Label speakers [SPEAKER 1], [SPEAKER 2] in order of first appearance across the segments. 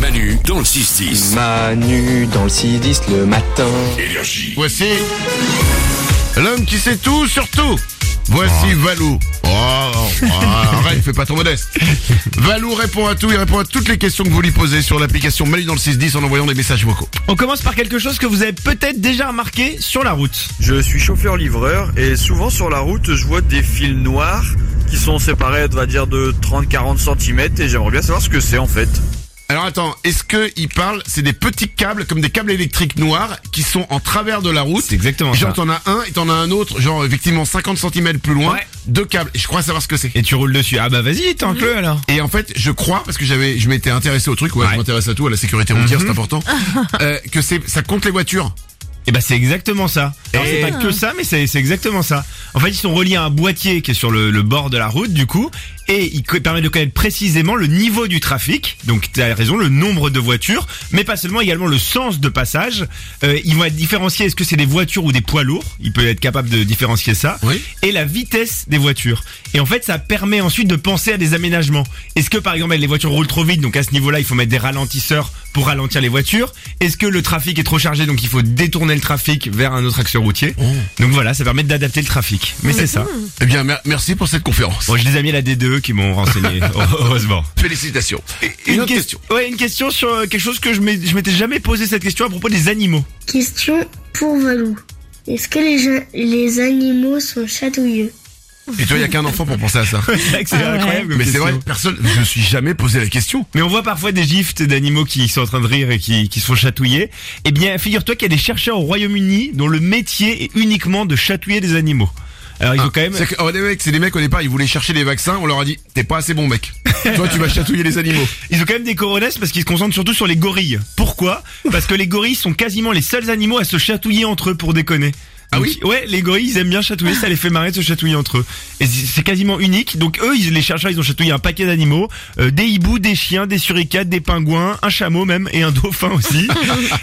[SPEAKER 1] Manu dans le 6-10.
[SPEAKER 2] Manu dans le 6-10 le matin.
[SPEAKER 1] Énergie.
[SPEAKER 3] Voici l'homme qui sait tout sur tout. Voici Valou. Oh, oh, arrête, fais pas ton modeste. Valou répond à tout, il répond à toutes les questions que vous lui posez sur l'application Manu dans le 610 en envoyant des messages vocaux.
[SPEAKER 4] On commence par quelque chose que vous avez peut-être déjà remarqué sur la route.
[SPEAKER 5] Je suis chauffeur-livreur et souvent sur la route, je vois des fils noirs qui sont séparés, on va dire, de 30-40 cm et j'aimerais bien savoir ce que c'est en fait.
[SPEAKER 3] Alors attends, est-ce que il parle C'est des petits câbles, comme des câbles électriques noirs, qui sont en travers de la route.
[SPEAKER 4] exactement
[SPEAKER 3] Genre t'en as un et t'en as un autre, genre effectivement 50 cm plus loin,
[SPEAKER 4] Ouais.
[SPEAKER 3] deux câbles. Et je crois savoir ce que c'est.
[SPEAKER 4] Et tu roules dessus. Ah bah vas-y, tanque-le alors.
[SPEAKER 3] Et en fait, je crois parce que j'avais, je m'étais intéressé au truc. Ouais, je
[SPEAKER 4] Ouais. Mhm.
[SPEAKER 3] m'intéresse à tout, à la sécurité routière, c'est important. euh, que c'est, ça compte les voitures.
[SPEAKER 4] Et bah c'est exactement ça. Alors Ah, c'est pas que ça, mais c'est c'est exactement ça. En fait, ils sont reliés à un boîtier qui est sur le, le bord de la route du coup, et il co- permet de connaître précisément le niveau du trafic. Donc t'as raison, le nombre de voitures, mais pas seulement, également le sens de passage. Euh, ils vont être différenciés. Est-ce que c'est des voitures ou des poids lourds Il peut être capable de différencier ça.
[SPEAKER 3] Oui.
[SPEAKER 4] Et la vitesse des voitures. Et en fait, ça permet ensuite de penser à des aménagements. Est-ce que par exemple les voitures roulent trop vite, donc à ce niveau-là, il faut mettre des ralentisseurs pour ralentir les voitures Est-ce que le trafic est trop chargé, donc il faut détourner le trafic vers un autre axe routier Donc voilà, ça permet d'adapter le trafic. Mais c'est ça.
[SPEAKER 3] Eh bien, mer- merci pour cette conférence.
[SPEAKER 4] Bon, j'ai des amis à la D2 qui m'ont renseigné, heureusement.
[SPEAKER 3] Félicitations. Et- et une autre
[SPEAKER 4] ques-
[SPEAKER 3] question.
[SPEAKER 4] Ouais, une question sur euh, quelque chose que je m'ai- je m'étais jamais posé cette question à propos des animaux.
[SPEAKER 6] Question pour Valou. Est-ce que les, gens- les animaux sont chatouilleux
[SPEAKER 3] Et toi, il y a qu'un enfant pour penser à ça.
[SPEAKER 4] C'est vrai que c'est
[SPEAKER 7] Ah ouais.
[SPEAKER 4] incroyable. comme
[SPEAKER 3] Mais c'est
[SPEAKER 4] question.
[SPEAKER 3] vrai, personne, je me suis jamais posé la question.
[SPEAKER 4] Mais on voit parfois des gifs tu sais, d'animaux qui sont en train de rire et qui, qui se font chatouiller. Eh bien, figure-toi qu'il y a des chercheurs au Royaume-Uni dont le métier est uniquement de chatouiller des animaux. Alors ils ont quand même...
[SPEAKER 3] C'est que, oh, des mecs, c'est des mecs au départ, ils voulaient chercher des vaccins, on leur a dit, t'es pas assez bon mec. Toi, tu vas chatouiller les animaux.
[SPEAKER 4] Ils ont quand même des coronets parce qu'ils se concentrent surtout sur les gorilles. Pourquoi Parce que les gorilles sont quasiment les seuls animaux à se chatouiller entre eux pour déconner.
[SPEAKER 3] Ah
[SPEAKER 4] Donc,
[SPEAKER 3] oui
[SPEAKER 4] Ouais, les gorilles ils aiment bien chatouiller, ça les fait marrer de se chatouiller entre eux. Et c'est c'est quasiment unique. Donc eux, ils, les chercheurs, ils ont chatouillé un paquet d'animaux, euh, des hiboux, des chiens, des suricates, des pingouins, un chameau même et un dauphin aussi.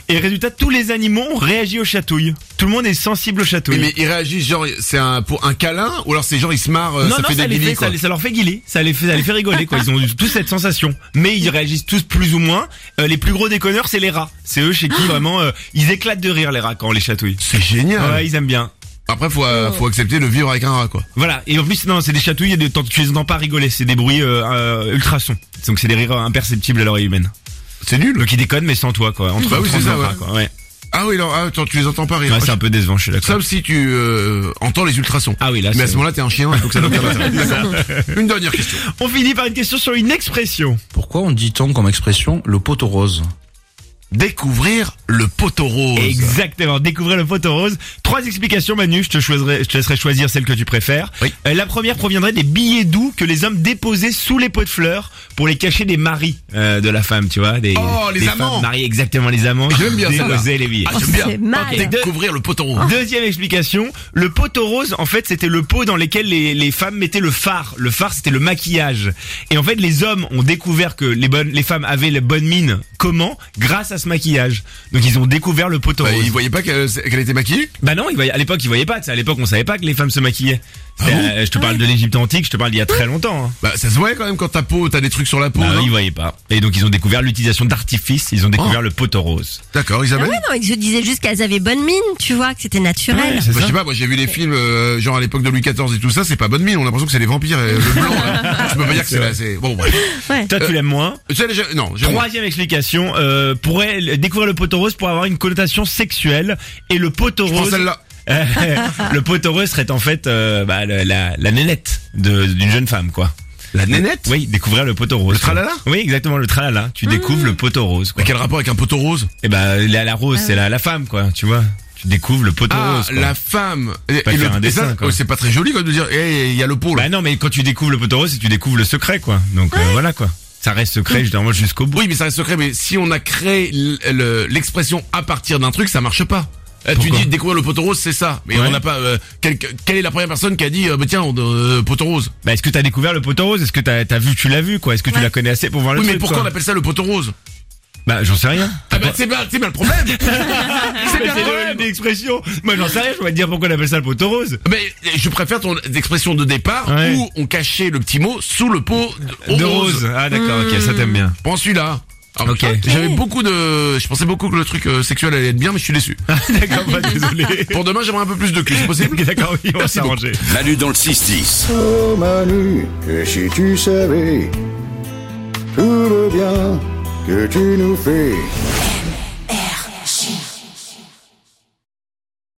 [SPEAKER 4] et résultat, tous les animaux ont réagi aux chatouilles. Tout le monde est sensible aux
[SPEAKER 3] Mais,
[SPEAKER 4] chatouilles.
[SPEAKER 3] mais ils réagissent genre, c'est un, pour un câlin, ou alors c'est genre, ils se marrent, euh,
[SPEAKER 4] non,
[SPEAKER 3] ça
[SPEAKER 4] non,
[SPEAKER 3] fait
[SPEAKER 4] ça,
[SPEAKER 3] des
[SPEAKER 4] les
[SPEAKER 3] guillis,
[SPEAKER 4] fait,
[SPEAKER 3] quoi.
[SPEAKER 4] ça, les- ça leur fait guiller, ça les fait, ça les fait rigoler quoi. Ils ont tous cette sensation, mais ils réagissent tous plus ou moins. Euh, les plus gros déconneurs, c'est les rats. C'est eux chez qui
[SPEAKER 3] Ah.
[SPEAKER 4] vraiment euh, ils éclatent de rire les rats quand on les chatouille.
[SPEAKER 3] C'est génial.
[SPEAKER 4] Ouais, Oh. ils aiment bien.
[SPEAKER 3] Après, faut, euh, faut accepter de vivre avec un rat, quoi.
[SPEAKER 4] Voilà. Et en plus, non, c'est des chatouilles et de, tu les entends pas rigoler. C'est des bruits euh, euh, ultrasons. Donc c'est des rires euh, imperceptibles à l'oreille humaine.
[SPEAKER 3] C'est nul.
[SPEAKER 4] Donc ils déconnent mais sans toi quoi. Entre
[SPEAKER 3] Bah oui,
[SPEAKER 4] entre
[SPEAKER 3] c'est ça,
[SPEAKER 4] rats,
[SPEAKER 3] ouais.
[SPEAKER 4] quoi. ouais.
[SPEAKER 3] Ah oui, alors, ah, attends, tu les entends pas rire.
[SPEAKER 4] Ouais, c'est un peu décevant, je suis d'accord.
[SPEAKER 3] Sauf si tu euh, entends les ultrasons.
[SPEAKER 4] Ah oui, là.
[SPEAKER 3] Mais à
[SPEAKER 4] c'est-
[SPEAKER 3] ce moment-là, t'es un chien, hein, donc ça n'a aucun intérêt. D'accord. Une dernière question.
[SPEAKER 4] On finit par une question sur une expression.
[SPEAKER 8] Pourquoi on dit-on comme expression le poteau rose
[SPEAKER 3] Découvrir le poteau rose.
[SPEAKER 4] Exactement. Découvrez le poteau rose. Trois explications, Manu. Je te, choisirai, je te laisserai choisir celle que tu préfères.
[SPEAKER 3] Oui.
[SPEAKER 4] Euh, la première proviendrait des billets doux que les hommes déposaient sous les pots de fleurs pour les cacher des maris euh, de la femme, tu vois. Des,
[SPEAKER 3] Oh, les
[SPEAKER 4] des
[SPEAKER 3] amants. Ah,
[SPEAKER 4] femmes mariées, exactement, les amants.
[SPEAKER 3] J'aime bien celle-là.
[SPEAKER 4] Déposaient les billets.
[SPEAKER 3] Ah, j'aime
[SPEAKER 7] Oh,
[SPEAKER 3] bien.
[SPEAKER 7] c'est mal.
[SPEAKER 3] Ok, Découvrir le poteau rose.
[SPEAKER 4] Deuxième explication, le poteau rose, en fait, c'était le pot dans lequel les, les femmes mettaient le fard. Le fard, c'était le maquillage. Et en fait, les hommes ont découvert que les bonnes, les femmes avaient les bonnes mines. Comment Grâce à ce maquillage. Donc, ils ont découvert le poteau
[SPEAKER 3] Bah,
[SPEAKER 4] rose.
[SPEAKER 3] ils voyaient pas qu'elle qu'elle était maquillée
[SPEAKER 4] Bah non, il voyait- à l'époque ils voyaient pas. tu sais, À l'époque on savait pas que les femmes se maquillaient.
[SPEAKER 3] Ah
[SPEAKER 4] C'est, euh, je te parle de l'Égypte antique, je te parle d'il y a très longtemps. hein.
[SPEAKER 3] Bah, ça se voyait quand même quand ta peau, t'as des trucs sur la peau.
[SPEAKER 4] Bah
[SPEAKER 3] non
[SPEAKER 4] oui, ils voyaient pas. Et donc ils ont découvert l'utilisation d'artifices. Ils ont découvert
[SPEAKER 3] Oh.
[SPEAKER 4] le poteau rose.
[SPEAKER 3] D'accord,
[SPEAKER 7] Ah
[SPEAKER 3] Isabelle Bah,
[SPEAKER 7] ouais, non, et que je disais juste qu'elles avaient bonne mine, tu vois, que c'était naturel.
[SPEAKER 3] Bah, je sais pas, moi j'ai vu les films euh, genre à l'époque de Louis XIV et tout ça, c'est pas bonne mine, on a l'impression que c'est les vampires et le blanc. là. Je peux pas dire que c'est là, c'est bon bref.
[SPEAKER 7] Ouais.
[SPEAKER 4] Toi tu l'aimes moins.
[SPEAKER 3] Tu sais, j'ai- non, j'ai-
[SPEAKER 4] Troisième explication, euh, pourrait découvrir le poteau rose pour avoir une connotation sexuelle et le poteau
[SPEAKER 3] prends
[SPEAKER 4] rose.
[SPEAKER 3] celle-là.
[SPEAKER 4] le poteau rose serait en fait euh, bah, le- la, la nénette de- d'une jeune femme quoi.
[SPEAKER 3] La nénette
[SPEAKER 4] Oui, découvrir le poteau rose.
[SPEAKER 3] Le tralala Ah.
[SPEAKER 4] Oui, exactement le tralala. Tu découvres le poteau rose. Quoi.
[SPEAKER 3] Mais Bah, quel rapport avec un poteau rose
[SPEAKER 4] Et bah la, la rose, c'est la, la femme quoi, tu vois. Tu découvres le poteau
[SPEAKER 3] Ah,
[SPEAKER 4] rose. quoi.
[SPEAKER 3] la femme. Et,
[SPEAKER 4] Pas
[SPEAKER 3] et
[SPEAKER 4] faire
[SPEAKER 3] le-
[SPEAKER 4] un
[SPEAKER 3] et
[SPEAKER 4] dessin,
[SPEAKER 3] ça,
[SPEAKER 4] quoi.
[SPEAKER 3] oh, c'est pas très joli quoi de dire, eh, il y a le pot là.
[SPEAKER 4] Bah non, mais quand tu découvres le poteau rose, c'est que tu découvres le secret quoi. Donc euh, voilà quoi. Ça reste secret généralement jusqu'au bout.
[SPEAKER 3] Oui, mais ça reste secret. Mais si on a créé l- le- l'expression à partir d'un truc, ça marche pas. Euh, tu
[SPEAKER 4] Pourquoi
[SPEAKER 3] dis découvrir le poteau rose, c'est ça. Mais
[SPEAKER 4] Ouais.
[SPEAKER 3] on n'a pas. euh, quel- quelle est la première personne qui a dit euh, bah, tiens on- euh, poteau rose
[SPEAKER 4] Bah est-ce que t'as découvert le poteau rose Est-ce que t'as as vu, tu l'as vu quoi Est-ce que tu la connais assez pour voir Ah, le
[SPEAKER 3] Oui, mais
[SPEAKER 4] truc,
[SPEAKER 3] pourquoi on
[SPEAKER 4] quoi
[SPEAKER 3] appelle ça le poteau rose
[SPEAKER 4] Bah j'en sais rien.
[SPEAKER 3] Ah bah c'est bien, c'est bien le problème. c'est
[SPEAKER 4] Ah, Mais
[SPEAKER 3] bien le
[SPEAKER 4] c'est
[SPEAKER 3] problème.
[SPEAKER 4] une expression. Moi j'en sais rien. Je vais te dire pourquoi on appelle ça le poteau rose.
[SPEAKER 3] Mais Ah, ben, je préfère ton expression de départ
[SPEAKER 4] Ouais.
[SPEAKER 3] où on cachait le petit mot sous le pot de, au
[SPEAKER 4] De rose. Ah d'accord, ok, ça t'aime bien.
[SPEAKER 3] Prends celui-là. Ah, putain,
[SPEAKER 4] Ok.
[SPEAKER 3] J'avais beaucoup de, je pensais beaucoup que le truc euh, sexuel allait être bien, mais je suis déçu.
[SPEAKER 4] D'accord, bah, désolé.
[SPEAKER 3] Pour demain, j'aimerais un peu plus de cul, c'est possible
[SPEAKER 4] Ok, D'accord, oui, on va
[SPEAKER 3] Merci beaucoup.
[SPEAKER 4] s'arranger.
[SPEAKER 1] Manu dans le 6-10.
[SPEAKER 9] Oh Manu, que si tu savais tout le bien que tu nous fais.